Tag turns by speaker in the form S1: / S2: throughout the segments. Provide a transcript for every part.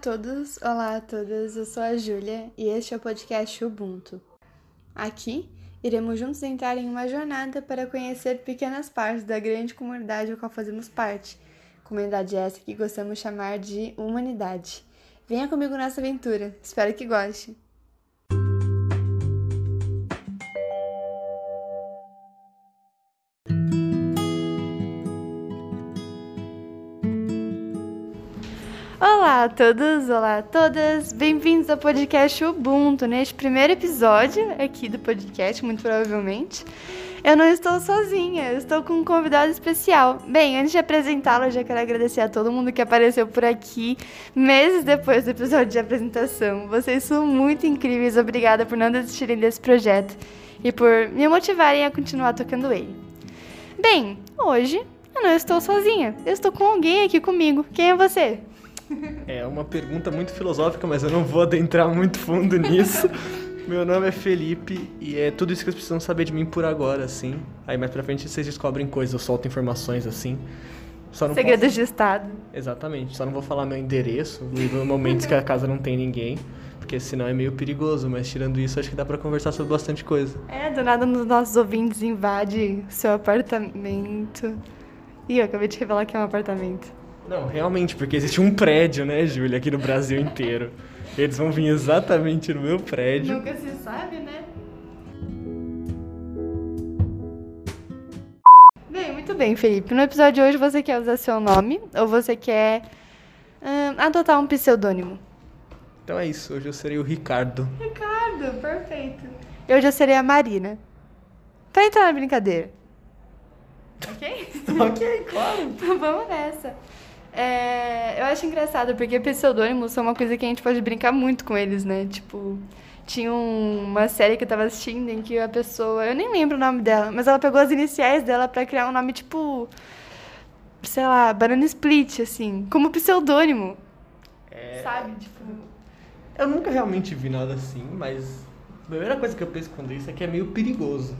S1: todos, olá a todas, eu sou a Júlia e este é o podcast Ubuntu. Aqui iremos juntos entrar em uma jornada para conhecer pequenas partes da grande comunidade a qual fazemos parte, comunidade essa que gostamos chamar de humanidade. Venha comigo nessa aventura, espero que goste! Olá a todos, olá a todas, bem-vindos ao podcast Ubuntu, neste primeiro episódio aqui do podcast, muito provavelmente. Eu não estou sozinha, eu estou com um convidado especial. Bem, antes de apresentá-lo, eu já quero agradecer a todo mundo que apareceu por aqui meses depois do episódio de apresentação. Vocês são muito incríveis, obrigada por não desistirem desse projeto e por me motivarem a continuar tocando ele. Bem, hoje eu não estou sozinha, eu estou com alguém aqui comigo. Quem é você?
S2: É uma pergunta muito filosófica, mas eu não vou adentrar muito fundo nisso. Meu nome é Felipe e é tudo isso que vocês precisam saber de mim por agora, assim. Aí mais pra frente vocês descobrem coisas, eu solto informações assim. Só não
S1: Segredos
S2: posso-
S1: de Estado.
S2: Exatamente, só não vou falar meu endereço, em momentos que a casa não tem ninguém, porque senão é meio perigoso, mas tirando isso acho que dá pra conversar sobre bastante coisa.
S1: É, do nada um dos nossos ouvintes invade seu apartamento. Ih, eu acabei de revelar que é um apartamento.
S2: Não, realmente, porque existe um prédio, né, Júlia, aqui no Brasil inteiro. Eles vão vir exatamente no meu prédio.
S1: Nunca se sabe, né? Bem, muito bem, Felipe. No episódio de hoje você quer usar seu nome ou você quer ahn, adotar um pseudônimo?
S2: Então é isso, hoje eu serei o Ricardo.
S1: Ricardo, perfeito. Eu já serei a Marina. Pra entrar na brincadeira. Ok?
S2: ok, claro.
S1: Então vamos nessa. É, eu acho engraçado, porque pseudônimos são uma coisa que a gente pode brincar muito com eles, né? Tipo, tinha um- uma série que eu tava assistindo em que a pessoa. Eu nem lembro o nome dela, mas ela pegou as iniciais dela pra criar um nome tipo. Sei lá, Banana Split, assim. Como pseudônimo.
S2: É.
S1: Sabe? Tipo.
S2: Eu nunca realmente vi nada assim, mas a primeira coisa que eu penso quando isso é que é meio perigoso.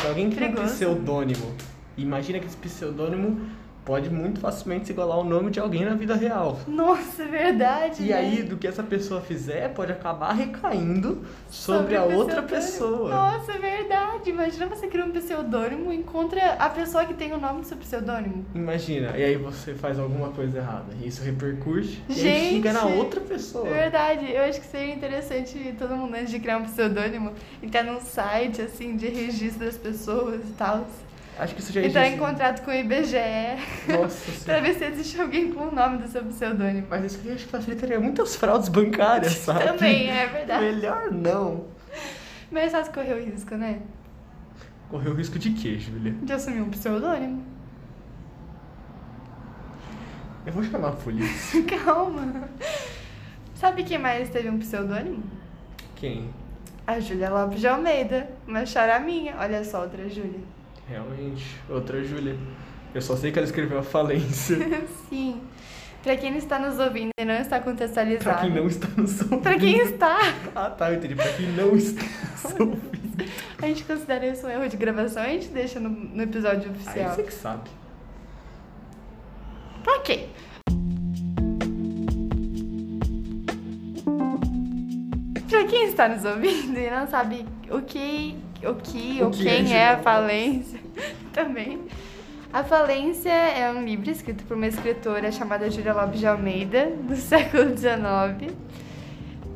S2: Se alguém cria um
S1: Perigoso?
S2: pseudônimo, imagina que esse pseudônimo pode muito facilmente se igualar ao nome de alguém na vida real.
S1: Nossa, é verdade.
S2: E
S1: né?
S2: aí, do que essa pessoa fizer, pode acabar recaindo sobre,
S1: o
S2: a outra
S1: pseudônimo.
S2: pessoa.
S1: Nossa, é verdade. Imagina você criar um pseudônimo e encontra a pessoa que tem o nome do seu pseudônimo.
S2: Imagina, e aí você faz alguma coisa errada. e Isso repercute e aí
S1: Gente!
S2: chega na outra pessoa.
S1: É Verdade, eu acho que seria interessante todo mundo antes de criar um pseudônimo entrar num site assim de registro das pessoas e tal.
S2: Acho que isso já
S1: Entrar tá em Tá
S2: existe.
S1: contrato com o IBGE
S2: Nossa
S1: pra
S2: senhora.
S1: ver se existe alguém com o nome do seu pseudônimo.
S2: Mas isso eu acho que facilitaria muitas fraudes bancárias, sabe?
S1: Também, é verdade.
S2: Melhor não.
S1: Mas só se correu o risco, né?
S2: Correu o risco de quê, Júlia?
S1: De assumir um pseudônimo.
S2: Eu vou chamar a polícia.
S1: Calma. Sabe quem mais teve um pseudônimo?
S2: Quem?
S1: A Júlia Lopes de Almeida, uma chara minha. Olha só, outra Júlia.
S2: Realmente, outra Júlia. Eu só sei que ela escreveu a falência.
S1: Sim. Pra quem não está nos ouvindo e não está contextualizado.
S2: pra quem não está no ouvindo.
S1: Pra quem está,
S2: Ah, tá, eu entendi. Pra quem não está nos ouvindo.
S1: a gente considera isso um erro de gravação, a gente deixa no, no episódio
S2: Aí
S1: oficial.
S2: você que sabe.
S1: Tá Ok. Pra quem está nos ouvindo e não sabe o que, o que
S2: O
S1: ou
S2: que é
S1: quem é a
S2: Juliana
S1: falência, também. A falência é um livro escrito por uma escritora chamada Julia Lopes de Almeida, do século XIX.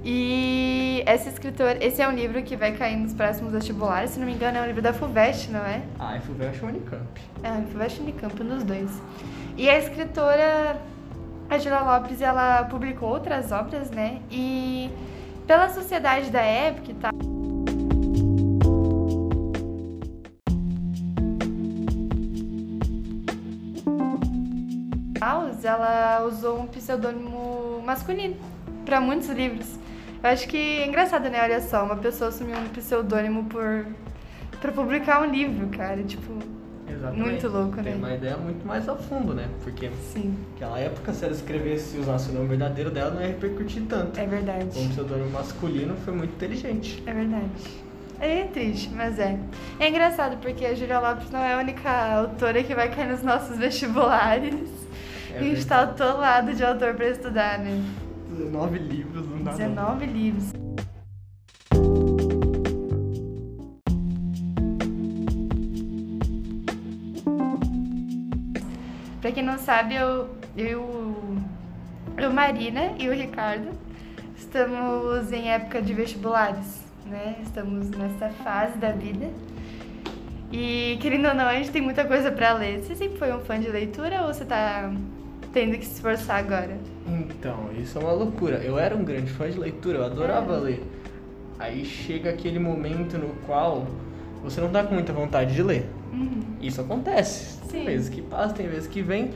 S1: E essa escritora, esse é um livro que vai cair nos próximos vestibulares, se não me engano, é um livro da FUVEST, não é?
S2: Ah, eu fui ver a Unicamp.
S1: É, Univest Unicamp, um dos dois. E a escritora Angela Lopes, ela publicou outras obras, né? E pela sociedade da época e tal. House, Ela usou um pseudônimo masculino para muitos livros. Eu acho que é engraçado, né? Olha só, uma pessoa assumiu um pseudônimo por para publicar um livro, cara. Tipo,
S2: Exatamente.
S1: muito louco,
S2: Tem
S1: né?
S2: uma ideia muito mais a fundo, né? Porque
S1: Sim,
S2: naquela época, se ela escrevesse e usasse o nome verdadeiro dela, não ia repercutir tanto.
S1: é
S2: Como
S1: verdade.
S2: pseudônimo masculino, foi muito inteligente.
S1: É verdade. É triste, mas é. É engraçado porque a Julia Lopes não é a única autora que vai cair nos nossos vestibulares.
S2: É
S1: e a gente
S2: verdade.
S1: tá atolado de autor pra estudar, né?
S2: 19 livros, não dá. não.
S1: 19 livros. Pra quem não sabe, eu, eu, eu, Marina e o Ricardo estamos em época de vestibulares, né? Estamos nessa fase da vida. E querendo ou não, a gente tem muita coisa pra ler. Você sempre foi um fã de leitura ou você tá tendo que se esforçar agora?
S2: Então, isso é uma loucura. Eu era um grande fã de leitura, eu adorava
S1: É.
S2: ler. Aí chega aquele momento no qual você não tá com muita vontade de ler.
S1: Uhum.
S2: Isso acontece.
S1: Sim.
S2: Tem vezes que passa, tem vezes que vem.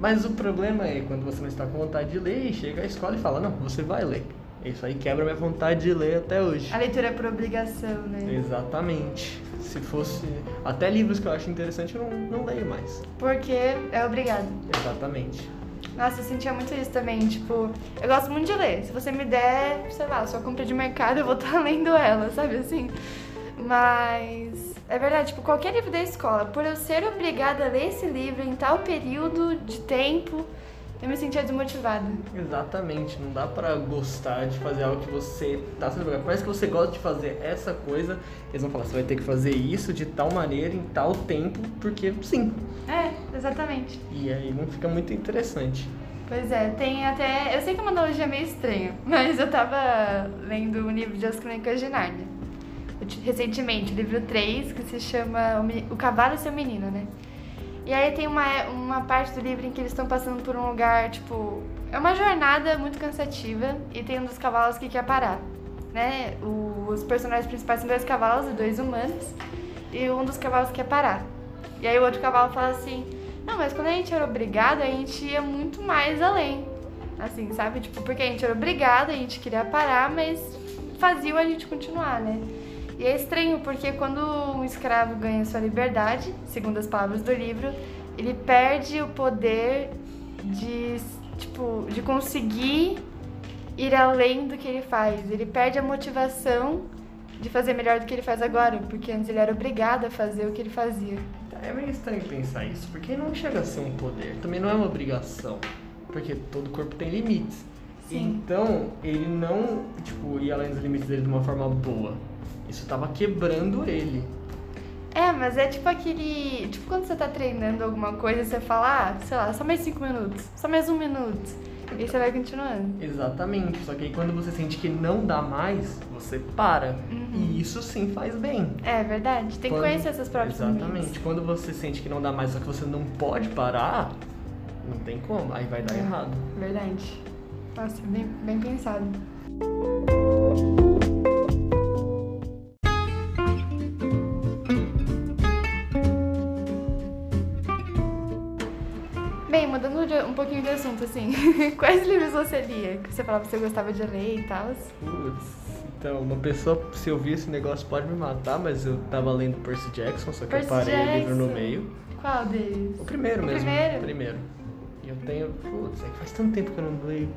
S2: Mas o problema é quando você não está com vontade de ler e chega à escola e fala, não, você vai ler. Isso aí quebra minha vontade de ler até hoje.
S1: A leitura é por obrigação, né?
S2: Exatamente. Se fosse. Até livros que eu acho interessante eu não, não leio mais.
S1: Porque é obrigado.
S2: Exatamente.
S1: Nossa, eu sentia muito isso também, tipo, eu gosto muito de ler. Se você me der, sei lá, sua compra de mercado, eu vou estar lendo ela, sabe assim? Mas é verdade, tipo, qualquer livro da escola, por eu ser obrigada a ler esse livro em tal período de tempo, eu me sentia desmotivada.
S2: Exatamente, não dá pra gostar de fazer algo que você tá sendo obrigado. Por mais que você gosta de fazer essa coisa, eles vão falar, você vai ter que fazer isso de tal maneira, em tal tempo, porque sim.
S1: É, exatamente.
S2: E aí não fica muito interessante.
S1: Pois é, tem até. Eu sei que é uma analogia meio estranha, mas eu tava lendo um livro de As Crônicas de Nárnia. Eu ti- Recentemente, o livro 3, que se chama O Meni- O Cavalo e seu Menino, né? E aí tem uma, uma parte do livro em que eles estão passando por um lugar, tipo. É uma jornada muito cansativa e tem um dos cavalos que quer parar. Né? O- os personagens principais são dois cavalos e dois humanos. E um dos cavalos quer parar. E aí o outro cavalo fala assim: Não, mas quando a gente era obrigado, a gente ia muito mais além. Assim, sabe? Tipo, porque a gente era obrigado, a gente queria parar, mas faziam a gente continuar, né? E é estranho porque quando um escravo ganha sua liberdade, segundo as palavras do livro, ele perde o poder de, tipo, de conseguir ir além do que ele faz. Ele perde a motivação de fazer melhor do que ele faz agora, porque antes ele era obrigado a fazer o que ele fazia.
S2: É meio estranho pensar isso, porque não chega a ser um poder, também não é uma obrigação, porque todo corpo tem limites.
S1: Sim.
S2: Então, ele não, tipo, ia além dos limites dele de uma forma boa. Isso tava quebrando ele.
S1: É, mas é tipo aquele. Tipo quando você tá treinando alguma coisa, você fala, ah, sei lá, só mais cinco minutos, só mais um minuto. E aí você vai continuando.
S2: Exatamente, só que aí quando você sente que não dá mais, você para.
S1: Uhum.
S2: E isso sim faz bem.
S1: É verdade, tem que
S2: Quando-
S1: conhecer seus próprios
S2: Exatamente.
S1: limites.
S2: Quando você sente que não dá mais, só que você não pode parar, não tem como, aí vai dar
S1: É.
S2: errado.
S1: Verdade. Nossa, bem, bem pensado. Bem, mudando de- um pouquinho de assunto, assim, quais livros você lia? Que você falava que você gostava de ler e tal?
S2: Putz, então, uma pessoa, se eu ouvir esse negócio, pode me matar, mas eu tava lendo Percy Jackson, só que
S1: Percy
S2: eu parei o livro no
S1: Jackson.
S2: meio.
S1: Qual deles?
S2: O primeiro
S1: O
S2: mesmo.
S1: primeiro?
S2: primeiro. E eu tenho. Putz, é que faz tanto tempo que eu não leio.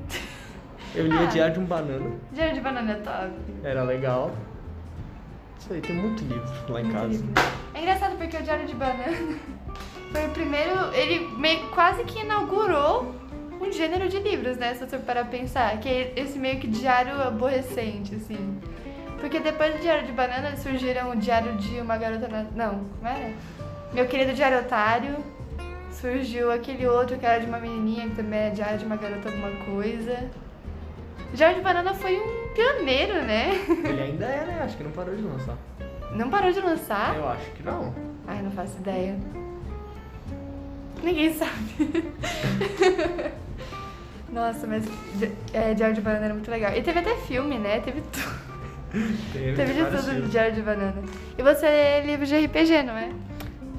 S2: Eu li
S1: Ah.
S2: o Diário de um Banana,
S1: Diário de Banana é Top.
S2: era legal. Isso aí, tem muito livro lá em casa.
S1: Incrível. É engraçado porque o Diário de Banana foi o primeiro. Ele meio, quase que inaugurou um gênero de livros, né? Se você parar pra pensar. Que é esse meio que diário aborrecente, assim. Porque depois do Diário de Banana surgiram o Diário de Uma Garota na. Não, como era? Meu querido Diário Otário. Surgiu aquele outro que era de uma menininha, que também era Diário de uma Garota Alguma Coisa. Diário de Banana foi um pioneiro, né?
S2: Ele ainda é, né? Acho que não parou de lançar.
S1: Não parou de lançar.
S2: Eu acho que não.
S1: Ai, não faço ideia. Ninguém sabe. Nossa, mas Di- é, Diário de Banana era muito legal. E teve até filme, né? Teve tudo. Teve de
S2: vários
S1: tudo do
S2: livros.
S1: Diário de Banana. E você é livro de RPG, não é?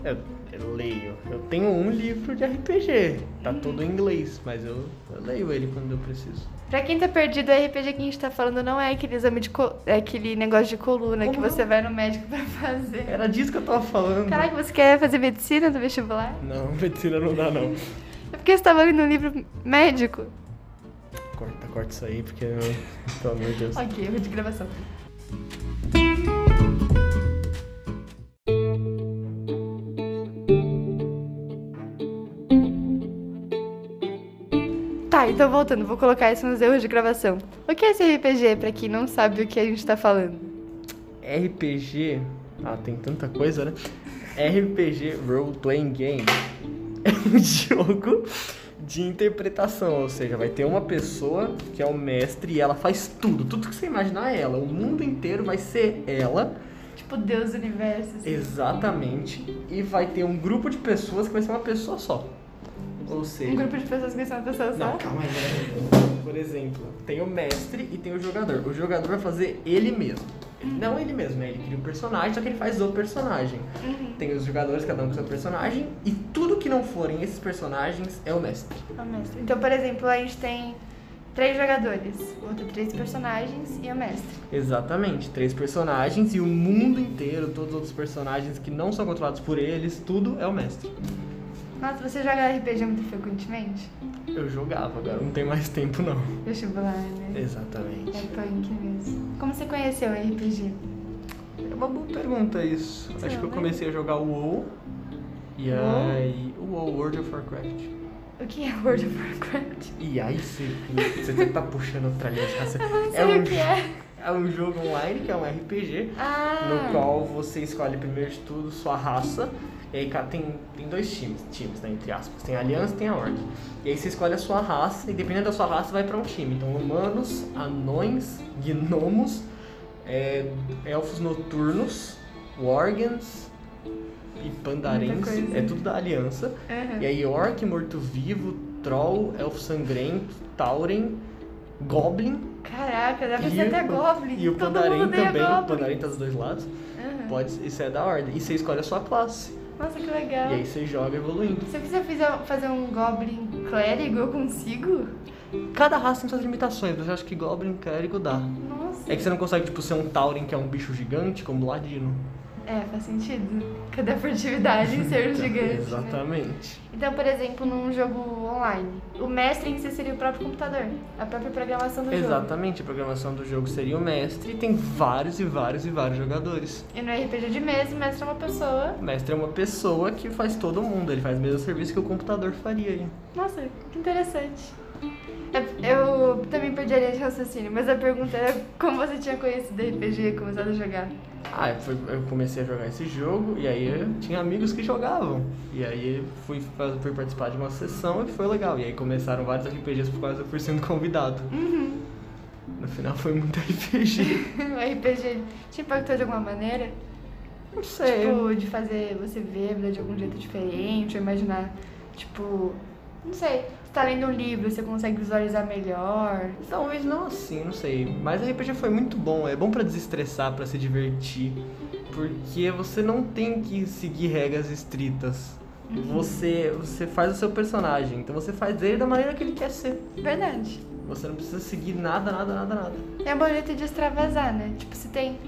S2: Eu, eu leio. Eu tenho um livro de RPG. Tá
S1: Hum.
S2: todo em inglês, mas eu, eu leio ele quando eu preciso.
S1: Pra quem tá perdido, o RPG que a gente tá falando não é aquele exame de co... é aquele negócio de coluna
S2: Como
S1: que
S2: não?
S1: você vai no médico pra fazer.
S2: Era disso que eu tava falando.
S1: Caraca, você quer fazer medicina do vestibular?
S2: Não, medicina não dá, não.
S1: É porque você tava lendo um livro médico.
S2: Corta, corta isso aí, porque. eu- Pelo amor de Deus.
S1: Ok, erro de gravação. Tá, Tá, então voltando, vou colocar isso nos erros de gravação. O que é esse RPG, pra quem não sabe o que a gente tá falando?
S2: RPG. Ah, tem tanta coisa, né? RPG Role Playing Game é um jogo de interpretação, ou seja, vai ter uma pessoa que é o mestre e ela faz tudo, tudo que você imaginar é ela, o mundo inteiro vai ser ela,
S1: Tipo, Deus do universo. assim.
S2: exatamente, e vai ter um grupo de pessoas que vai ser uma pessoa só. Ou seja,
S1: Um grupo de pessoas que são uma pessoa só.
S2: não, calma aí. né? Por exemplo, tem o mestre e tem o jogador. O jogador vai fazer ele mesmo. Não ele mesmo, né? Ele cria um personagem, só que ele faz o personagem.
S1: Uhum.
S2: Tem os jogadores, cada um com seu personagem, e tudo que não forem esses personagens é o mestre.
S1: Ah, mestre. Então, por exemplo, a gente tem três jogadores, vão ter três personagens e o mestre.
S2: Exatamente, três personagens e o mundo inteiro, todos os outros personagens que não são controlados por eles, tudo é o mestre.
S1: Nossa, você joga RPG muito frequentemente?
S2: Eu jogava, agora não tem mais tempo não.
S1: Vestibular, né?
S2: Exatamente.
S1: É punk mesmo. Como você conheceu o RPG?
S2: É uma boa pergunta isso.
S1: Sei
S2: Acho que eu
S1: lá.
S2: comecei a jogar o WoW e
S1: né? WoW?
S2: aí o WoW World of Warcraft.
S1: O que é World of Warcraft?
S2: E aí sim, você tá puxando outra linha de raciocínio.
S1: Eu não sei
S2: É um
S1: o que é.
S2: É um jogo online que é um RPG
S1: Ah!
S2: no qual você escolhe primeiro de tudo sua raça. E aí ca- tem, tem dois times, times, né, entre aspas. Tem a Aliança e tem a Ordem. E aí você escolhe a sua raça, e dependendo da sua raça, vai pra um time. Então, humanos, anões, gnomos, é, elfos noturnos, worgens e
S1: Muita
S2: pandarenses.
S1: coisa. É.
S2: É tudo da Aliança.
S1: Aham.
S2: E aí, orc, morto-vivo, troll, elfo sangrento, tauren, goblin...
S1: Caraca, dá pra
S2: E
S1: ser
S2: o-
S1: até Goblin.
S2: E o
S1: Todo
S2: Pandarim
S1: mundo odeia
S2: também, o
S1: Goblin.
S2: Pandarim tá dos dois lados.
S1: Aham.
S2: Pode, isso é da ordem. E você escolhe a sua classe.
S1: Nossa, que legal.
S2: E aí você joga evoluindo.
S1: Se eu quiser fizer- fazer um Goblin clérigo, eu consigo?
S2: Cada raça tem suas limitações, mas eu acho que Goblin Clérigo dá.
S1: Nossa.
S2: É que você não consegue, tipo, ser um Tauren que é um bicho gigante, como o Ladino.
S1: É, faz sentido. Cadê a furtividade em ser um gigante? né?
S2: Exatamente.
S1: Então, por exemplo, num jogo online, o mestre em si seria o próprio computador, a própria programação do jogo.
S2: Exatamente, a programação do jogo seria o mestre e tem vários e vários e vários jogadores.
S1: E no RPG de mesa, o mestre é uma pessoa.
S2: O mestre é uma pessoa que faz todo mundo, ele faz o mesmo serviço que o computador faria aí.
S1: Nossa, que interessante. É- Eu também perdi a linha de raciocínio, mas a pergunta era como você tinha conhecido RPG e começado a jogar.
S2: Ah, eu, fui- eu comecei a jogar esse jogo e aí eu tinha amigos que jogavam. E aí fui, fa- fui participar de uma sessão e foi legal. E aí começaram vários RPGs por causa que eu fui sendo convidado. No final foi muito RPG.
S1: O RPG te impactou de alguma maneira?
S2: Não sei.
S1: Tipo, de fazer você ver a vida de algum jeito diferente, ou imaginar, tipo, não sei, você tá lendo um livro, você consegue visualizar melhor.
S2: Talvez não assim, não sei. Mas RPG foi muito bom. É bom pra desestressar, pra se divertir. Porque você não tem que seguir regras estritas. Você, você faz o seu personagem. Então você faz ele da maneira que ele quer ser.
S1: Verdade.
S2: Você não precisa seguir nada, nada, nada, nada.
S1: É um bom jeito de extravasar, né? Tipo, se tem.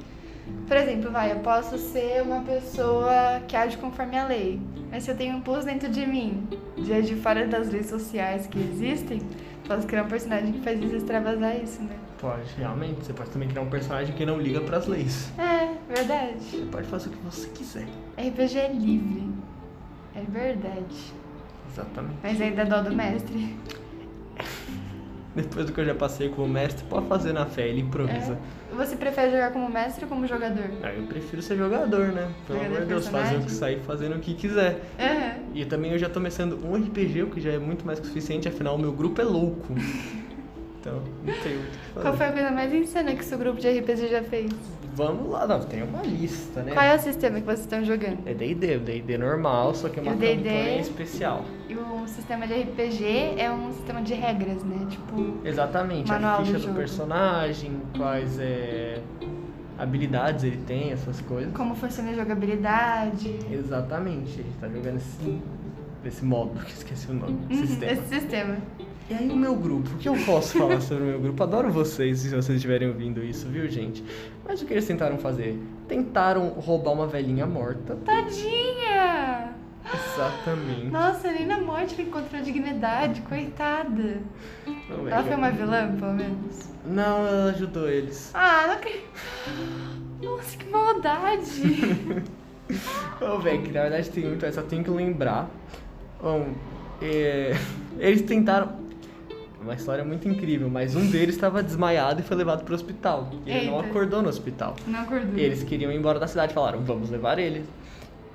S1: Por exemplo, vai, eu posso ser uma pessoa que age conforme a lei, mas se eu tenho um pulso dentro de mim, de agir fora das leis sociais que existem, posso criar um personagem que faz isso extravasar isso, né?
S2: Pode, realmente. Você pode também criar um personagem que não liga pras leis.
S1: É, verdade.
S2: Você pode fazer o que você quiser.
S1: RPG é livre. É verdade.
S2: Exatamente.
S1: Mas ainda dó do mestre.
S2: Depois do que eu já passei com o mestre, pode fazer na fé, ele improvisa.
S1: Você prefere jogar como mestre ou como jogador?
S2: Ah, eu prefiro ser jogador, né? Pelo
S1: Jogador
S2: amor de Deus, fazer o que
S1: personagem?
S2: sair fazendo o que quiser.
S1: Aham.
S2: E também eu já tô começando um RPG, o que já é muito mais que o suficiente, afinal o meu grupo é louco. então, não tem muito o que
S1: Qual
S2: fazer.
S1: foi a coisa mais insana que seu grupo de RPG já fez?
S2: Vamos lá, não, tem uma lista, né?
S1: Qual é o sistema que vocês estão jogando?
S2: É D&D, o D&D normal, só que é uma
S1: E o D&D?
S2: campanha especial.
S1: E o sistema de RPG é um sistema de regras, né? Tipo,
S2: Exatamente,
S1: Manual
S2: a
S1: do
S2: ficha do,
S1: jogo.
S2: personagem, quais é, habilidades ele tem, essas coisas.
S1: como funciona a jogabilidade.
S2: Exatamente, ele tá jogando esse, esse modo, que eu esqueci o nome,
S1: Uhum,
S2: sistema.
S1: Esse sistema.
S2: E aí o meu grupo, o que eu posso falar sobre o meu grupo? Adoro vocês, se vocês estiverem ouvindo isso, viu gente? Mas o que eles tentaram fazer? Tentaram roubar uma velhinha morta.
S1: Tadinha!
S2: Exatamente.
S1: Nossa, nem na morte ela encontrou dignidade, coitada.
S2: Não,
S1: Ela
S2: ela-
S1: foi uma vilã, pelo menos.
S2: Não, ela ajudou eles.
S1: Ah, não acredito. Nossa, que maldade!
S2: Ô, velho, que na verdade tem muito, eu só tenho que lembrar. Bom, é, eles tentaram. uma história muito incrível, mas um deles estava desmaiado e foi levado pro hospital. Ele não
S1: Eita.
S2: acordou no hospital.
S1: Não acordou.
S2: Eles queriam ir embora da cidade, falaram, vamos levar ele.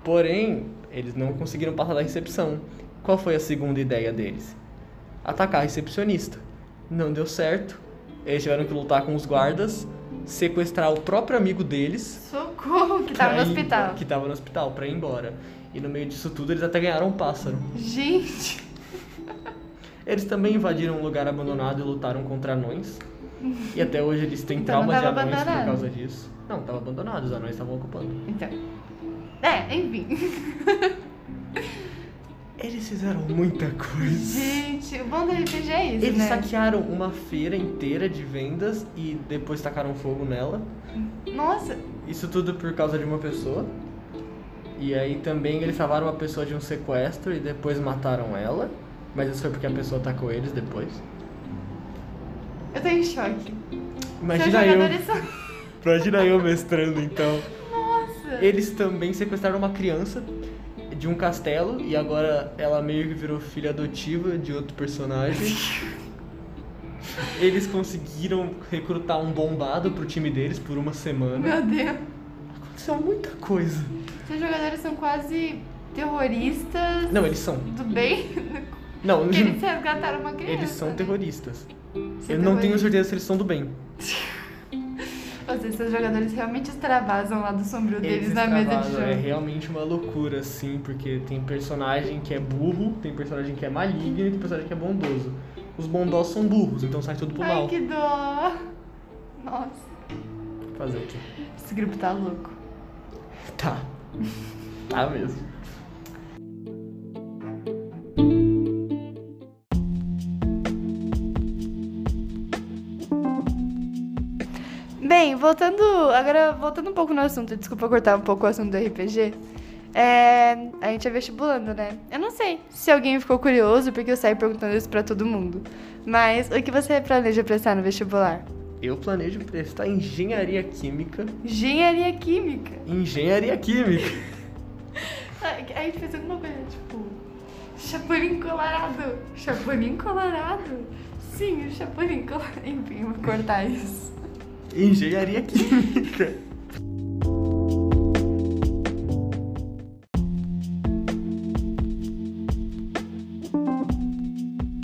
S2: Porém, eles não conseguiram passar da recepção. Qual foi a segunda ideia deles? Atacar a recepcionista. Não deu certo. Eles tiveram que lutar com os guardas, sequestrar o próprio amigo deles
S1: Socorro, que tava no
S2: pra ir-
S1: hospital.
S2: Que tava no hospital, pra ir embora. E no meio disso tudo, eles até ganharam um pássaro.
S1: Gente,
S2: Eles também invadiram um lugar abandonado e lutaram contra anões. E até hoje eles têm
S1: Então não
S2: traumas de
S1: tava
S2: anões por
S1: abandonado.
S2: causa disso. Não, tava abandonado, os anões estavam ocupando.
S1: então. É, enfim.
S2: Eles fizeram muita coisa.
S1: Gente, o bom do RPG é isso,
S2: Eles
S1: né?
S2: saquearam uma feira inteira de vendas e depois tacaram fogo nela.
S1: Nossa,
S2: Isso tudo por causa de uma pessoa. E aí também eles salvaram uma pessoa de um sequestro e depois mataram ela. Mas isso foi porque a pessoa atacou eles depois.
S1: eu tô em choque.
S2: Imagina
S1: Seus
S2: eu.
S1: jogadores são...
S2: Imagina eu mestrando então.
S1: Nossa.
S2: Eles também sequestraram uma criança de um castelo e agora ela meio que virou filha adotiva de outro personagem. Eles conseguiram recrutar um bombado pro time deles por uma semana.
S1: Meu Deus.
S2: Aconteceu muita coisa.
S1: Seus jogadores são quase terroristas
S2: Não, eles são.
S1: do bem.
S2: Não,
S1: Porque eles resgataram uma criança.
S2: eles são
S1: né?
S2: terroristas.
S1: Você é
S2: Eu não tenho
S1: terrorista.
S2: certeza se eles são do bem.
S1: Ou seja, seus jogadores realmente extravasam lá do sombrio deles na mesa de
S2: extravasam,
S1: jogo.
S2: É realmente uma loucura, assim, porque tem personagem que é burro, tem personagem que é maligno e tem personagem que é bondoso. Os bondosos são burros, então sai tudo pro
S1: Ai,
S2: mal.
S1: que dó. Nossa,
S2: Fazer o quê?
S1: esse grupo tá louco.
S2: Tá. Tá mesmo.
S1: Bem, voltando. Agora, voltando um pouco no assunto, desculpa cortar um pouco o assunto do RPG. É, a gente é vestibulando, né? Eu não sei se alguém ficou curioso, porque eu saio perguntando isso pra todo mundo. Mas o que você planeja prestar no vestibular?
S2: Eu planejo prestar engenharia química.
S1: Engenharia Química.
S2: Engenharia química.
S1: Aí a gente fez alguma coisa, tipo, Chapolin Colorado. Chapolin Colorado? Sim, o Chapolin Colorado. Enfim, eu vou cortar isso.
S2: Engenharia química.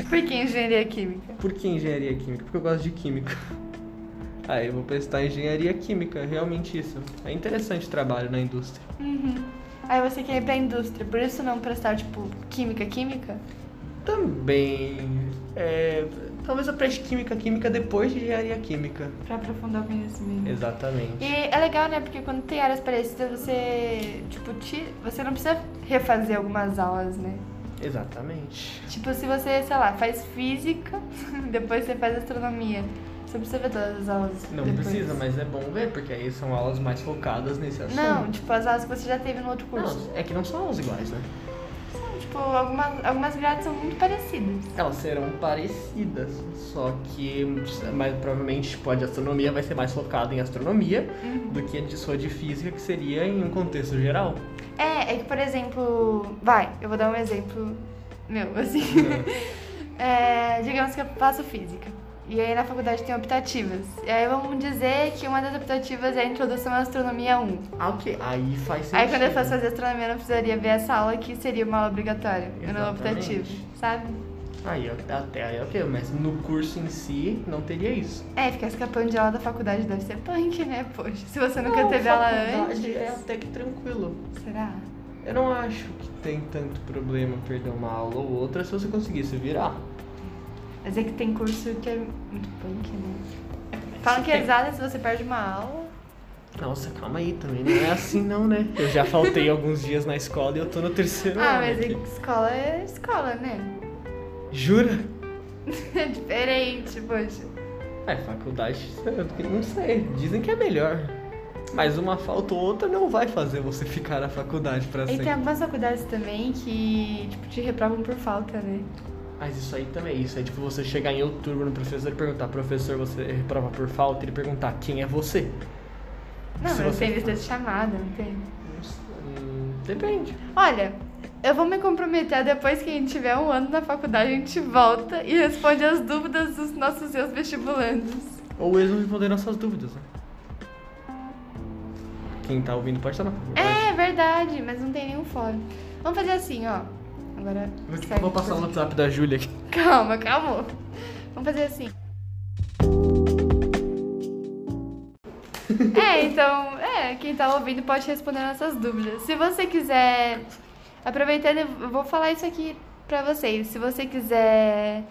S1: Por que engenharia química?
S2: Por que engenharia química? Porque eu gosto de química. Aí eu vou prestar engenharia química, realmente isso. É interessante o trabalho na indústria.
S1: Uhum. Aí você quer ir pra indústria, por isso não prestar, tipo, química, química?
S2: Também. É, talvez eu preste química química depois de engenharia química.
S1: Pra aprofundar o conhecimento.
S2: Exatamente.
S1: E é legal, né? Porque quando tem áreas parecidas, você, tipo, ti- você não precisa refazer algumas aulas, né?
S2: Exatamente.
S1: Tipo, se você, sei lá, faz física, depois você faz astronomia. Você precisa ver todas as aulas.
S2: Não
S1: depois.
S2: precisa, mas é bom ver, porque aí são aulas mais focadas nesse assunto.
S1: Não, tipo, as aulas que você já teve no outro curso.
S2: Não, é que não são aulas iguais, né?
S1: Não, tipo, algumas, algumas grades são muito parecidas.
S2: Elas serão parecidas, só que mas provavelmente tipo, a de astronomia vai ser mais focada em astronomia
S1: Uhum.
S2: do que a de sua de física, que seria em um contexto geral.
S1: É, é que, por exemplo, vai, eu vou dar um exemplo meu, assim. É, digamos que eu faço física. E aí na faculdade tem optativas. E aí vamos dizer que uma das optativas é a introdução à astronomia 1.
S2: Ah, ok. Aí faz sentido.
S1: Aí quando eu fosse fazer astronomia, eu não precisaria ver essa aula que seria uma aula obrigatória, eu não
S2: Exatamente.
S1: optativa, sabe?
S2: Aí eu- até aí ok, mas no curso em si não teria isso.
S1: É, ficar escapando de aula da faculdade deve ser punk, né? Poxa, se você nunca teve aula
S2: faculdade
S1: antes.
S2: É até que tranquilo.
S1: Será?
S2: Eu não acho que tem tanto problema perder uma aula ou outra se você conseguir se virar.
S1: Mas é que tem curso que é muito punk, né?
S2: Mas
S1: Falam
S2: se
S1: que é
S2: tem-
S1: exato se você perde uma aula.
S2: Nossa, calma aí também. Não é assim não, né? Eu já faltei alguns dias na escola e eu tô no terceiro
S1: Ah,
S2: ano.
S1: mas é
S2: aqui.
S1: que escola é escola, né?
S2: Jura?
S1: É diferente, poxa.
S2: É, faculdade, eu não sei. Dizem que é melhor. Mas uma falta ou outra não vai fazer você ficar na faculdade pra
S1: E
S2: sempre.
S1: tem algumas faculdades também que, tipo, te reprovam por falta, né?
S2: Mas isso aí também, isso é tipo você chegar em outubro no professor e perguntar, professor, você reprova por falta, ele perguntar quem é você.
S1: Não,
S2: Se
S1: mas
S2: você
S1: tem lista de chamada, não tem?
S2: Hum, depende.
S1: Olha, Eu vou me comprometer, depois que a gente tiver um ano na faculdade, a gente volta e responde as dúvidas dos nossos ex vestibulandos.
S2: Ou eles não responderam essas dúvidas, né? Quem tá ouvindo pode estar na faculdade.
S1: É verdade, mas não tem nenhum fórum. Vamos fazer assim, ó. Agora.
S2: Vou, tipo,
S1: segue
S2: vou passar o
S1: por-
S2: WhatsApp da Júlia aqui.
S1: Calma, calma. Vamos fazer assim. É, então, é, quem tá ouvindo pode responder nossas dúvidas. Se você quiser, aproveitando, eu vou falar isso aqui pra vocês. Se você quiser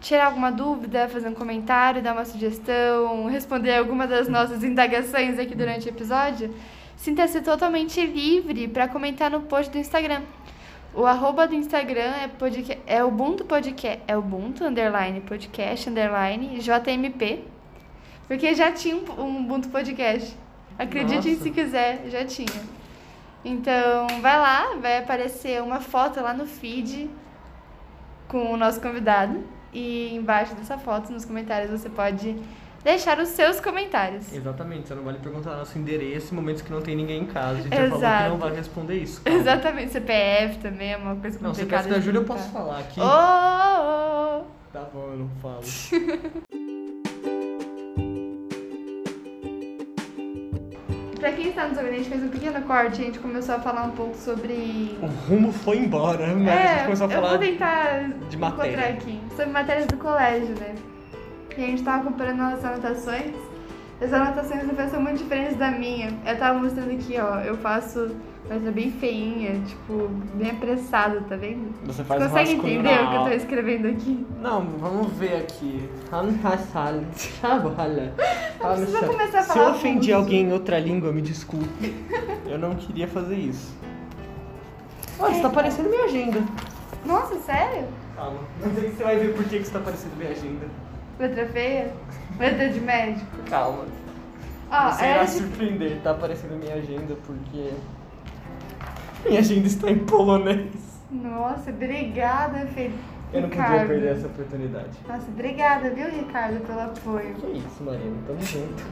S1: tirar alguma dúvida, fazer um comentário, dar uma sugestão, responder alguma das nossas indagações aqui durante o episódio, sinta-se totalmente livre pra comentar no post do Instagram. O arroba do Instagram é, podca- é Ubuntu Podcast, é Ubuntu, underline, podcast, underline, JMP. Porque já tinha um, um Ubuntu Podcast. Acreditem
S2: Nossa.
S1: se quiser, já tinha. Então, vai lá, vai aparecer uma foto lá no feed com o nosso convidado. E embaixo dessa foto, nos comentários, você pode deixar os seus comentários.
S2: Exatamente, você não vale perguntar nosso endereço em momentos que não tem ninguém em casa. A gente já falou que
S1: Exato.
S2: não vai responder isso. calma.
S1: Exatamente, CPF também é uma coisa complicada.
S2: Não, você quer da
S1: de
S2: Júlia eu
S1: perguntar.
S2: posso falar aqui.
S1: Ô, ô, ô, ô.
S2: Tá bom, eu não falo.
S1: Pra quem está nos ouvindo, a gente fez um pequeno corte, a gente começou a falar um pouco sobre.
S2: O rumo foi embora, mas a gente
S1: é,
S2: começou a
S1: eu
S2: falar
S1: vou tentar
S2: de
S1: encontrar
S2: matéria.
S1: aqui. Sobre matérias do colégio, né? E a gente tava comparando as anotações. As anotações do Fê são muito diferentes da minha. Eu tava mostrando aqui, ó, eu faço letra bem feinha, tipo, bem apressada, tá vendo?
S2: Você faz
S1: Você consegue
S2: rascunho
S1: entender o que
S2: na
S1: eu tô
S2: aula.
S1: escrevendo aqui?
S2: Não, vamos ver aqui. Olha.
S1: precisa começar a
S2: Se
S1: falar
S2: eu ofendi
S1: russo.
S2: alguém em outra língua, me desculpe. Eu não queria fazer isso. Olha,
S1: É.
S2: você tá parecendo minha agenda.
S1: Nossa, sério?
S2: Calma. Não sei se você vai ver por que que você tá parecendo minha agenda.
S1: Letra feia? Letra de médico?
S2: Calma.
S1: Ó,
S2: você
S1: era
S2: irá
S1: de
S2: surpreender, tá parecendo minha agenda porque. Minha agenda está em polonês.
S1: Nossa, obrigada, Felipe.
S2: Eu não podia perder essa oportunidade.
S1: Nossa, obrigada, viu, Ricardo, pelo apoio.
S2: Que isso, Marina, tamo junto.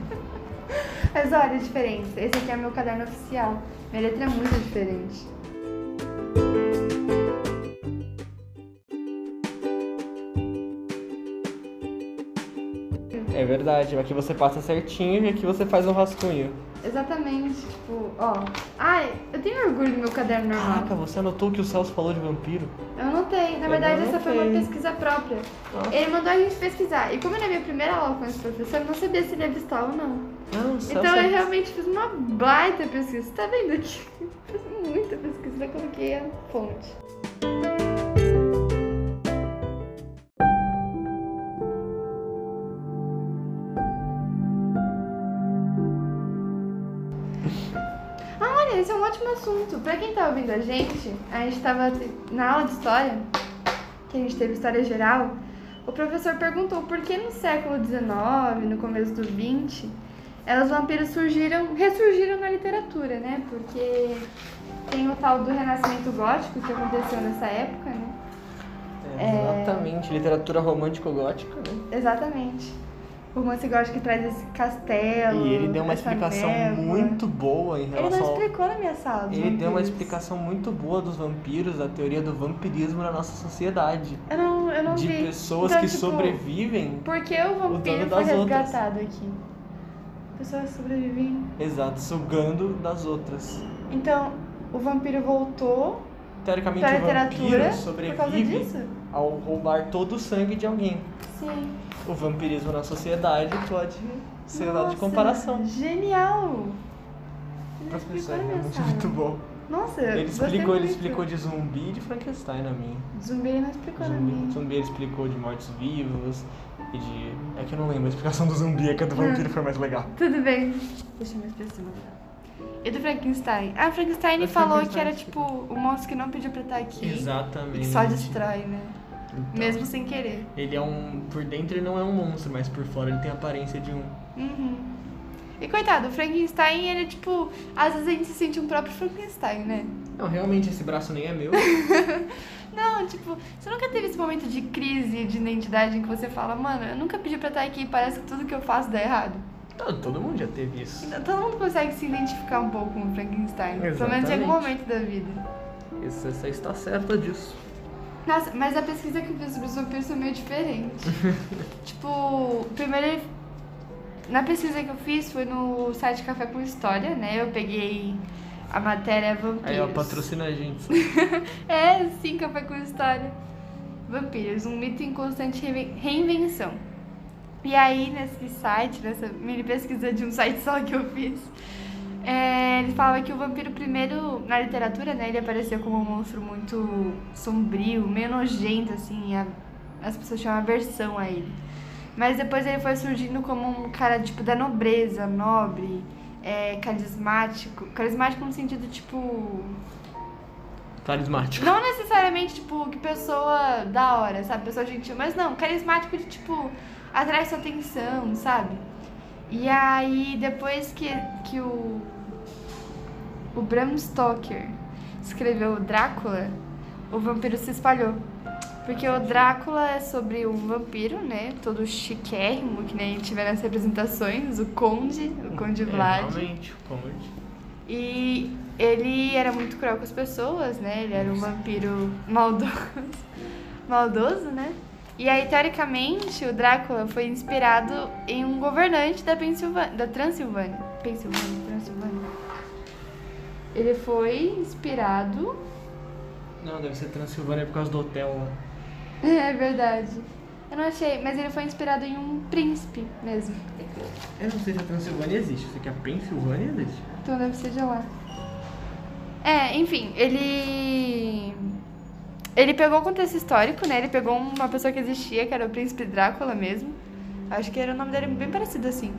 S1: Mas olha a diferença. Esse aqui é meu caderno oficial. Minha letra é muito diferente.
S2: É verdade, aqui você passa certinho e aqui você faz um rascunho.
S1: Exatamente, tipo, ó. Ai, eu tenho orgulho do meu caderno normal.
S2: Caraca, você anotou o que o Celso falou de vampiro?
S1: Eu anotei. Na
S2: Ah, tá. Eu
S1: verdade,
S2: não
S1: essa foi uma
S2: anotei.
S1: pesquisa própria.
S2: Nossa.
S1: Ele mandou a gente pesquisar. E como era a minha primeira aula com esse professor, eu não sabia se ele ia visitar ou não.
S2: Não, Ah, o Celso. é-
S1: Então eu realmente fiz uma baita pesquisa. Você tá vendo aqui? Fiz muita pesquisa, eu coloquei a fonte. Ah, olha, esse é um ótimo assunto. Pra quem tá ouvindo a gente, a gente tava te- na aula de história, que a gente teve história geral, o professor perguntou por que no século XIX, no começo do XX, eh, os vampiros surgiram, ressurgiram na literatura, né? Porque tem o tal do renascimento gótico que aconteceu nessa época, né?
S2: É, exatamente, literatura romântico-gótica, né?
S1: Exatamente. O romance gótico que traz esse castelo.
S2: E ele deu
S1: Então,
S2: uma
S1: essa
S2: explicação
S1: névoa.
S2: muito boa em
S1: Ele não
S2: relação ao
S1: explicou na minha sala. dos
S2: Ele deu uma
S1: vampiros.
S2: explicação muito boa dos vampiros, da teoria do vampirismo na nossa sociedade.
S1: Eu não, eu não
S2: De
S1: vi.
S2: pessoas
S1: Então,
S2: que
S1: tipo,
S2: sobrevivem.
S1: Por que o vampiro
S2: dono
S1: foi
S2: das outras.
S1: resgatado aqui? Pessoas sobrevivem.
S2: Exato, sugando das outras.
S1: Então, o vampiro voltou
S2: Teoricamente,
S1: pra
S2: o
S1: Então, é literatura
S2: vampiro
S1: por causa
S2: sobrevive
S1: disso?
S2: ao roubar todo o sangue de alguém.
S1: Sim.
S2: O vampirismo na sociedade pode ser usado de
S1: Nossa,
S2: comparação.
S1: Genial! Ele
S2: Professor,
S1: explicou É,
S2: é
S1: na minha
S2: realmente
S1: sala.
S2: muito bom.
S1: Nossa,
S2: Ele
S1: gostei
S2: explicou, ele
S1: muito.
S2: explicou de zumbi e de Frankenstein na minha.
S1: Zumbi ele não explicou na
S2: Zumbi,
S1: minha.
S2: zumbi ele explicou de mortos-vivos e de. É que eu não lembro, a explicação do zumbi é que a do vampiro foi mais legal.
S1: Tudo bem. Deixa eu me expressar. E do Frankenstein? Ah, o Frankenstein
S2: Do
S1: falou
S2: Frankenstein,
S1: que era tipo
S2: tipo-
S1: o monstro que não pediu pra estar aqui. E
S2: Exatamente.
S1: que só destrói, né?
S2: Então,
S1: Mesmo sem querer.
S2: Ele é um. Por dentro ele não é um monstro, mas por fora ele tem a aparência de um.
S1: Uhum. E coitado, o Frankenstein, ele é tipo. Às vezes a gente se sente um próprio Frankenstein, né?
S2: Não, realmente esse braço nem é meu.
S1: Não, tipo, você nunca teve esse momento de crise de identidade em que você fala, mano, eu nunca pedi pra estar aqui e parece que tudo que eu faço dá errado. Então,
S2: todo, todo mundo já teve isso.
S1: Todo mundo consegue se identificar um pouco com o Frankenstein. Pelo menos em algum
S2: Exatamente.
S1: momento da vida.
S2: Essa, essa está certa disso.
S1: Nossa, mas a pesquisa que eu fiz sobre os vampiros foi meio diferente. tipo, primeiro. ele- Na pesquisa que eu fiz foi no site Café com História, né? Eu peguei a matéria Vampiros.
S2: Aí, ó, patrocina a gente.
S1: É, sim, Café com História. Vampiros, um mito em constante reinven- reinvenção. E aí, nesse site, nessa mini pesquisa de um site só que eu fiz, é, ele falava que o vampiro, primeiro, na literatura, né, ele apareceu como um monstro muito sombrio, meio nojento, assim, a- as pessoas tinham aversão a ele. Mas depois ele foi surgindo como um cara, tipo, da nobreza, nobre, é, carismático. Carismático no sentido, tipo,
S2: Tá, Carismático.
S1: não necessariamente, tipo, que pessoa da hora, sabe? Pessoa gentil, mas não, carismático de, tipo, atrai sua atenção, sabe? E aí, depois que, que o, o Bram Stoker escreveu o Drácula, o vampiro se espalhou. Porque o Drácula é sobre um vampiro, né? Todo chiquérrimo, que nem tiver nas representações, o Conde, o Conde Vlad.
S2: É, realmente, o Conde.
S1: E ele era muito cruel com as pessoas, né? Ele era um vampiro maldoso. maldoso, né? E aí, teoricamente, o Drácula foi inspirado em um governante da Pensilvânia. Da Transilvânia. Pensilvânia, Transilvânia. Ele foi inspirado.
S2: Não, deve ser Transilvânia por causa do hotel lá.
S1: É verdade. Eu não achei, mas ele foi inspirado em um príncipe mesmo.
S2: Eu não sei se a Transilvânia existe. Você quer a Pensilvânia existe?
S1: Então deve ser de lá. É, enfim, ele. Ele pegou o contexto histórico, né? Ele pegou uma pessoa que existia, que era o príncipe Drácula mesmo. Acho que era o nome dele bem parecido assim.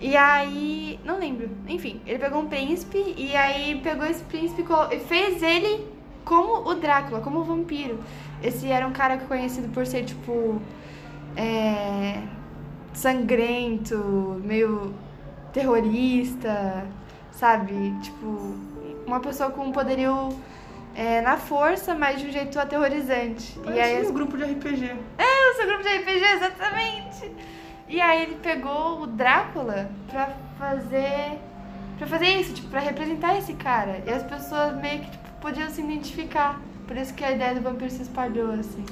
S1: E aí. Não lembro. Enfim, ele pegou um príncipe e aí pegou esse príncipe e colo- e fez ele como o Drácula, como o vampiro. Esse era um cara conhecido por ser, tipo. É, sangrento, meio terrorista, sabe? Tipo, uma pessoa com um poderio é, na força, mas de um jeito aterrorizante.
S2: Parece
S1: e aí as
S2: um grupo de RPG.
S1: o seu grupo de RPG, exatamente. E aí ele pegou o Drácula pra fazer. pra fazer isso, tipo, pra representar esse cara. E as pessoas meio que tipo, podiam se identificar. Por isso que a ideia do vampiro se espalhou, assim.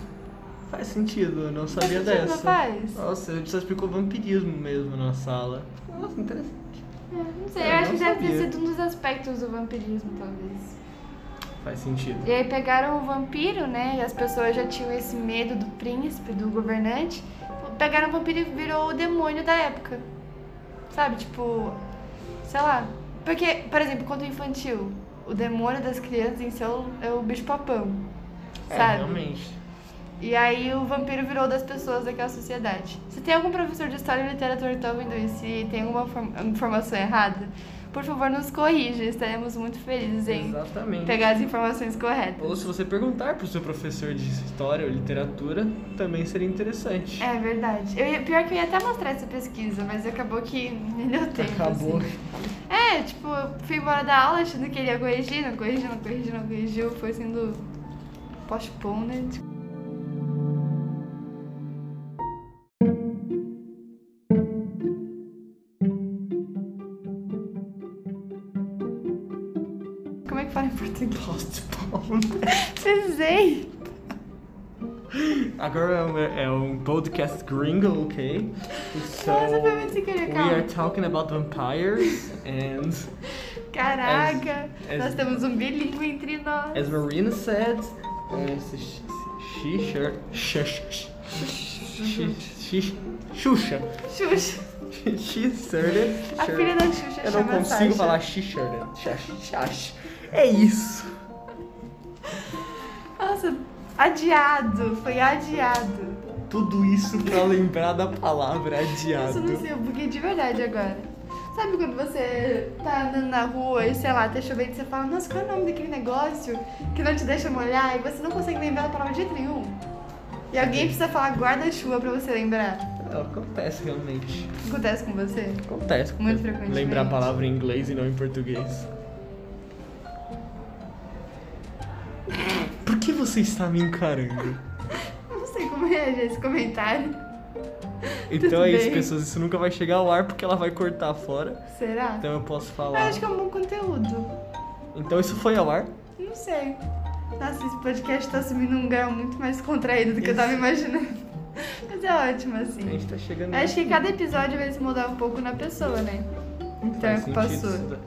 S2: Faz sentido, eu não
S1: Faz
S2: sabia
S1: sentido,
S2: dessa. Ah.
S1: não faz?
S2: Nossa, ele só explicou vampirismo mesmo na sala. Nossa, interessante.
S1: É, não sei,
S2: Eu
S1: eu, acho
S2: não
S1: que deve ter
S2: sabia.
S1: sido um dos aspectos do vampirismo, talvez.
S2: Faz sentido.
S1: E aí pegaram o vampiro, né? E as pessoas já tinham esse medo do príncipe, do governante. Pegaram o vampiro e virou o demônio da época. Sabe, tipo, sei lá. Porque, por exemplo, quanto infantil, o demônio das crianças em seu é o bicho papão.
S2: É,
S1: sabe?
S2: realmente.
S1: e aí o vampiro virou das pessoas daquela sociedade. Se tem algum professor de história e literatura que tá ouvindo isso e tem alguma form- informação errada, por favor nos corrija. Estaremos muito felizes em
S2: Exatamente.
S1: pegar as informações corretas.
S2: Ou se você perguntar pro seu professor de história ou literatura, também seria interessante.
S1: É verdade. Eu ia- pior que eu ia até mostrar essa pesquisa, mas acabou que nem deu tempo.
S2: Acabou.
S1: assim. É, tipo, eu fui embora da aula achando que ele ia corrigir, não corrigiu, não corrigiu, não corrigiu. Foi sendo né, tipo. postponed. Como é que fala em português?
S2: Postponed.
S1: Precisei!
S2: Agora é um, é um podcast gringo, ok? So,
S1: Nossa, foi muito sem querer,
S2: we
S1: calma.
S2: are talking about vampires and
S1: Caraca!
S2: as-
S1: Nós temos um bilíngue entre nós.
S2: as Marina said, uh, she, she, sure- shush, sh- she, she, Xuxa.
S1: Xuxa.
S2: She asserted.
S1: A
S2: sure.
S1: filha da Xuxa
S2: Eu não
S1: chama
S2: consigo
S1: Sasha.
S2: falar she asserted. Shush, shush. É isso.
S1: Nossa, adiado. Foi adiado.
S2: Tudo isso pra lembrar da palavra
S1: Nossa, eu não
S2: adiado.
S1: sei, eu buguei de verdade agora. Sabe quando você tá andando na rua e, sei lá, tá chovendo e você fala, nossa, qual é o nome daquele negócio que não te deixa molhar e você não consegue lembrar a palavra de jeito nenhum? um. E alguém precisa falar guarda-chuva pra você lembrar.
S2: É, Acontece realmente.
S1: Acontece com você?
S2: Acontece.
S1: Muito
S2: acontece.
S1: frequentemente.
S2: Lembrar a palavra em inglês e não em português. Por que você está me encarando?
S1: Eu não sei como reagir a esse comentário.
S2: Então é isso,
S1: bem.
S2: pessoas. Isso nunca vai chegar ao ar porque ela vai cortar fora.
S1: Será?
S2: Então eu posso
S1: Eu
S2: falar.
S1: acho que é um bom conteúdo.
S2: Então isso foi ao ar.
S1: Não sei. Nossa, esse podcast tá assumindo um grau muito mais contraído do que eu tava imaginando. Mas é ótimo,
S2: A
S1: assim.
S2: gente tá chegando.
S1: Acho que cada episódio vai se mudar um pouco na pessoa, né? Então é
S2: Faz
S1: culpa
S2: sentido
S1: sua.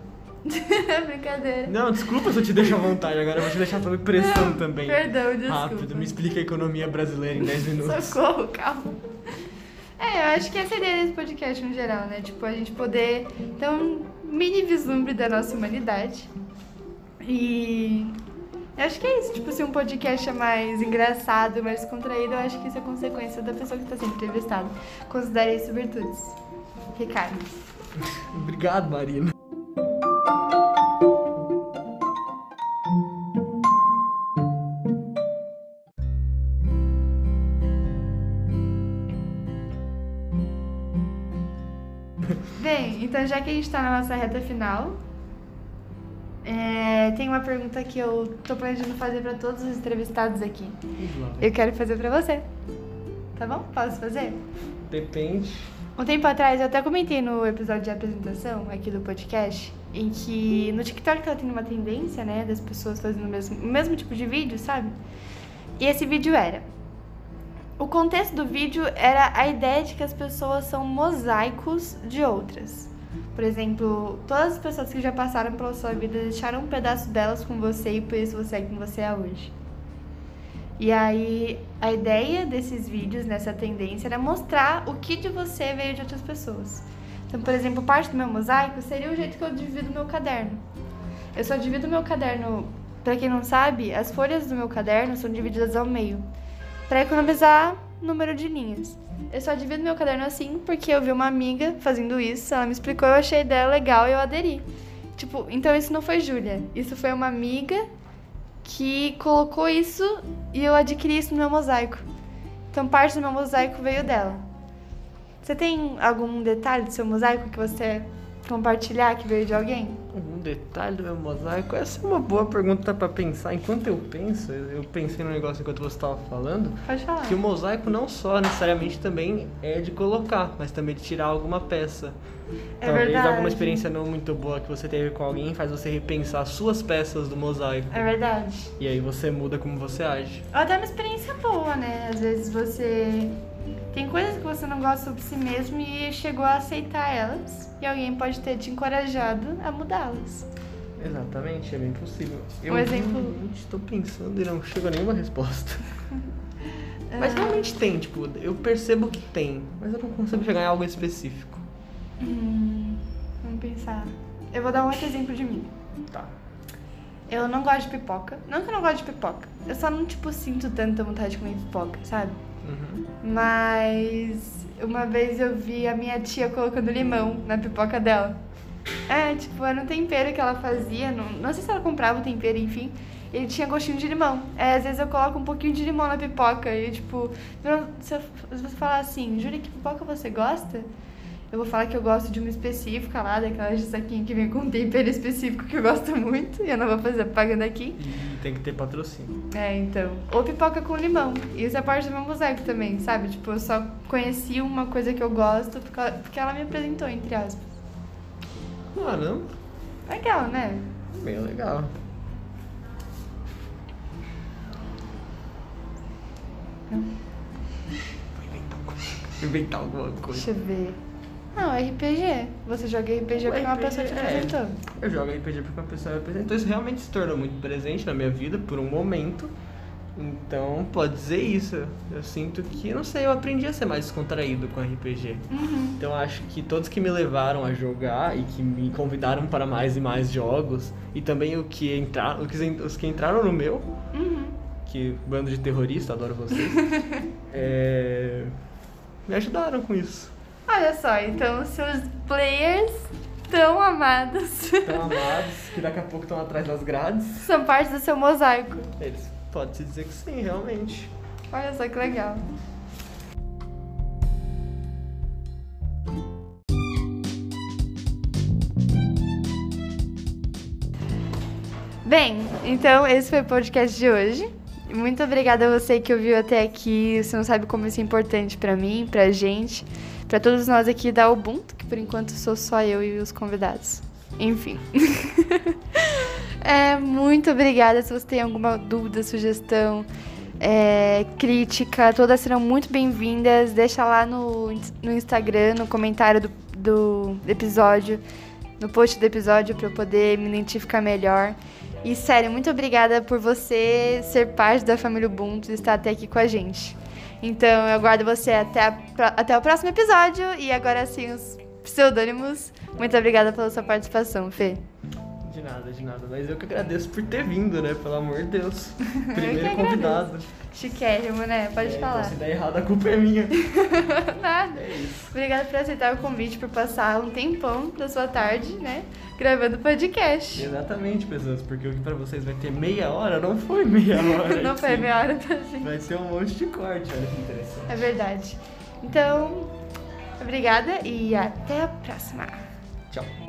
S2: isso daí.
S1: Brincadeira.
S2: Não, desculpa se eu te deixo à vontade agora, eu vou te deixar sob pressão também.
S1: Perdão, desculpa.
S2: Rápido, me explica a economia brasileira em 10 minutos.
S1: Socorro, calma. É, eu acho que essa é a ideia desse podcast no geral, né? Tipo, a gente poder ter um mini vislumbre da nossa humanidade. E eu acho que é isso. Tipo, se um podcast é mais engraçado, mais contraído, eu acho que isso é consequência da pessoa que tá sendo entrevistada. Considere isso virtudes. Ricardo.
S2: Obrigado, Marina.
S1: Bem, então já que a gente tá na nossa reta final, é, tem uma pergunta que eu tô planejando fazer pra todos os entrevistados aqui. Eu quero fazer pra você. Tá bom? Posso fazer?
S2: Depende.
S1: Um tempo atrás, eu até comentei no episódio de apresentação aqui do podcast, em que no TikTok tá tendo uma tendência, né, das pessoas fazendo o mesmo, o mesmo tipo de vídeo, sabe? E esse vídeo era. O contexto do vídeo era a ideia de que as pessoas são mosaicos de outras. Por exemplo, todas as pessoas que já passaram pela sua vida deixaram um pedaço delas com você e por isso você é quem você é hoje. E aí, a ideia desses vídeos, nessa tendência, era mostrar o que de você veio de outras pessoas. Então, por exemplo, parte do meu mosaico seria o jeito que eu divido meu caderno. Eu só divido meu caderno, pra quem não sabe, as folhas do meu caderno são divididas ao meio, pra economizar número de linhas. Eu só divido meu caderno assim porque eu vi uma amiga fazendo isso, ela me explicou, eu achei a ideia legal e eu aderi. Tipo, então isso não foi Júlia, isso foi uma amiga que colocou isso e eu adquiri isso no meu mosaico. Então parte do meu mosaico veio dela. Você tem algum detalhe do seu mosaico que você compartilhar que veio de alguém?
S2: Algum Um detalhe do meu mosaico? Essa é uma boa pergunta pra pensar. Enquanto eu penso, eu pensei no negócio enquanto você tava falando,
S1: Pode falar.
S2: que o mosaico não só necessariamente também é de colocar, mas também de tirar alguma peça.
S1: É
S2: Talvez
S1: verdade.
S2: alguma experiência não muito boa que você teve com alguém faz você repensar as suas peças do mosaico.
S1: É verdade.
S2: E aí você muda como você age.
S1: Ou até uma experiência boa, né? Às vezes você tem coisas que você não gosta sobre si mesmo e chegou a aceitar elas e alguém pode ter te encorajado a mudá-las.
S2: Exatamente, é bem possível.
S1: Um exemplo-
S2: realmente Estou pensando e não chega a nenhuma resposta. Mas
S1: Ah.
S2: realmente tem, tipo, eu percebo que tem, mas eu não consigo chegar em algo específico.
S1: Hum, vamos pensar. Eu vou dar um outro exemplo de mim.
S2: Tá.
S1: Eu não gosto de pipoca. Não que eu não gosto de pipoca. Eu só não, tipo, sinto tanta vontade de comer pipoca, sabe?
S2: Uhum.
S1: Mas uma vez eu vi a minha tia colocando limão na pipoca dela. É, tipo, era um tempero que ela fazia. Não, não sei se ela comprava o tempero, enfim. Ele tinha gostinho de limão. É, às vezes eu coloco um pouquinho de limão na pipoca. E, tipo, não- se eu- se você falar assim, Júlia, que pipoca você gosta? Eu vou falar que eu gosto de uma específica lá, daquelas de saquinho que vem com um tempero específico que eu gosto muito. E eu não vou fazer propaganda aqui.
S2: E tem que ter patrocínio.
S1: É, então. Ou pipoca com limão. Isso é parte do meu mosaico também, sabe? Tipo, eu só conheci uma coisa que eu gosto porque ela- porque ela me apresentou, entre aspas.
S2: Caramba,
S1: Legal, né?
S2: bem legal. Vou inventar alguma coisa. Vou inventar alguma coisa.
S1: Deixa eu ver. Não, é RPG. Você joga RPG porque uma
S2: RPG,
S1: pessoa te
S2: é.
S1: apresentou.
S2: Eu jogo RPG porque uma pessoa me apresentou. Isso realmente se tornou muito presente na minha vida por um momento. Então, pode dizer isso. Eu sinto que, não sei, eu aprendi a ser mais descontraído com RPG.
S1: Uhum.
S2: Então, acho que todos que me levaram a jogar e que me convidaram para mais e mais jogos, e também o que entraram, os que en- os que entraram no meu,
S1: Uhum.
S2: que bando de terrorista, adoro vocês, é, me ajudaram com isso.
S1: Olha só, então seus players tão amados
S2: Estão amados, que daqui a pouco estão atrás das grades.
S1: são parte do seu mosaico.
S2: Eles, pode-se dizer que sim, realmente.
S1: Olha só que legal. Bem, então esse foi o podcast de hoje. Muito obrigada a você que ouviu até aqui. Você não sabe como isso é importante pra mim, pra gente, pra todos nós aqui da Ubuntu, que por enquanto sou só eu e os convidados. Enfim. É, muito obrigada. Se você tem alguma dúvida, sugestão, é, crítica, todas serão muito bem-vindas. Deixa lá no, no Instagram, no comentário do, do episódio, no post do episódio para eu poder me identificar melhor. E sério, muito obrigada por você ser parte da família Ubuntu e estar até aqui com a gente. Então eu aguardo você até, a pro- até o próximo episódio e agora sim os pseudônimos. Muito obrigada pela sua participação, Fê.
S2: De nada, de nada. Mas eu que agradeço por ter vindo, né? Pelo amor de Deus. Primeiro
S1: agradeço.
S2: convidado.
S1: Chiquérrimo, né? Pode
S2: É,
S1: falar.
S2: Então, se der errado, a culpa é minha.
S1: Nada.
S2: É isso.
S1: Obrigada por aceitar o convite, por passar um tempão da sua tarde, né? Gravando podcast.
S2: Exatamente, pessoas. Porque o que pra vocês vai ter meia hora, não foi meia hora.
S1: Não foi
S2: assim.
S1: meia hora pra gente.
S2: Vai ter um monte de corte, olha que interessante.
S1: É verdade. Então, obrigada e até a próxima.
S2: Tchau.